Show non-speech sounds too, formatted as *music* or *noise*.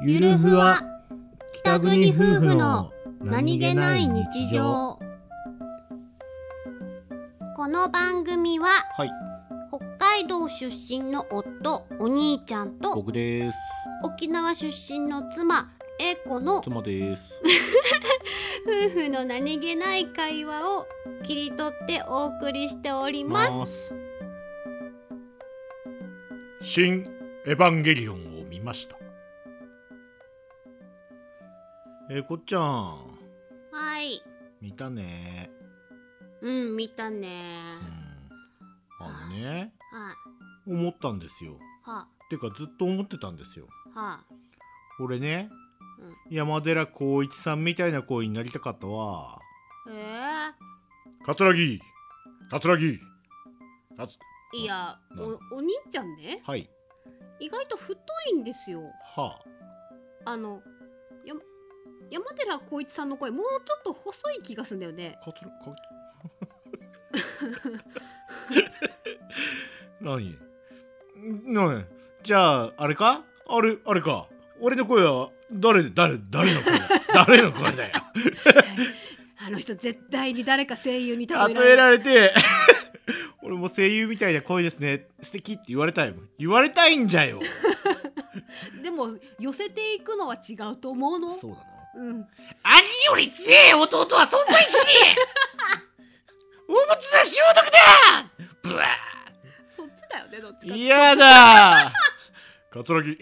ゆるふわ北国夫婦のこの番組ははい北海道出身の夫お兄ちゃんと僕です沖縄出身の妻英子の夫妻です婦の何気ない会話を切り取ってお送りしておりますす新エヴァンゲリオンを見ましたえーこっちゃんはい見たねうん見たねうんあのねは思ったんですよはてかずっと思ってたんですよは俺ね山寺宏一さんみたいな声になりたかったわえー、桂木桂木かついやなおお兄ちゃんねはい意外と太いんですよはあのや山寺宏一さんの声もうちょっと細い気がすんだよねあ桂か *laughs* 何何じゃああれかあれあれか俺の声は誰誰誰の声だ *laughs* 誰の声だよあの人絶対に誰か声優に例例ええられられて *laughs* 俺も声優みたいな声ですね素敵って言われたいもん言われたいんじゃ *laughs* よでも寄せていくのは違うと思うのそうなのうん兄より強え弟は存在しねえおむつは消毒だブワそっちだよねどっちかって嫌だー桂木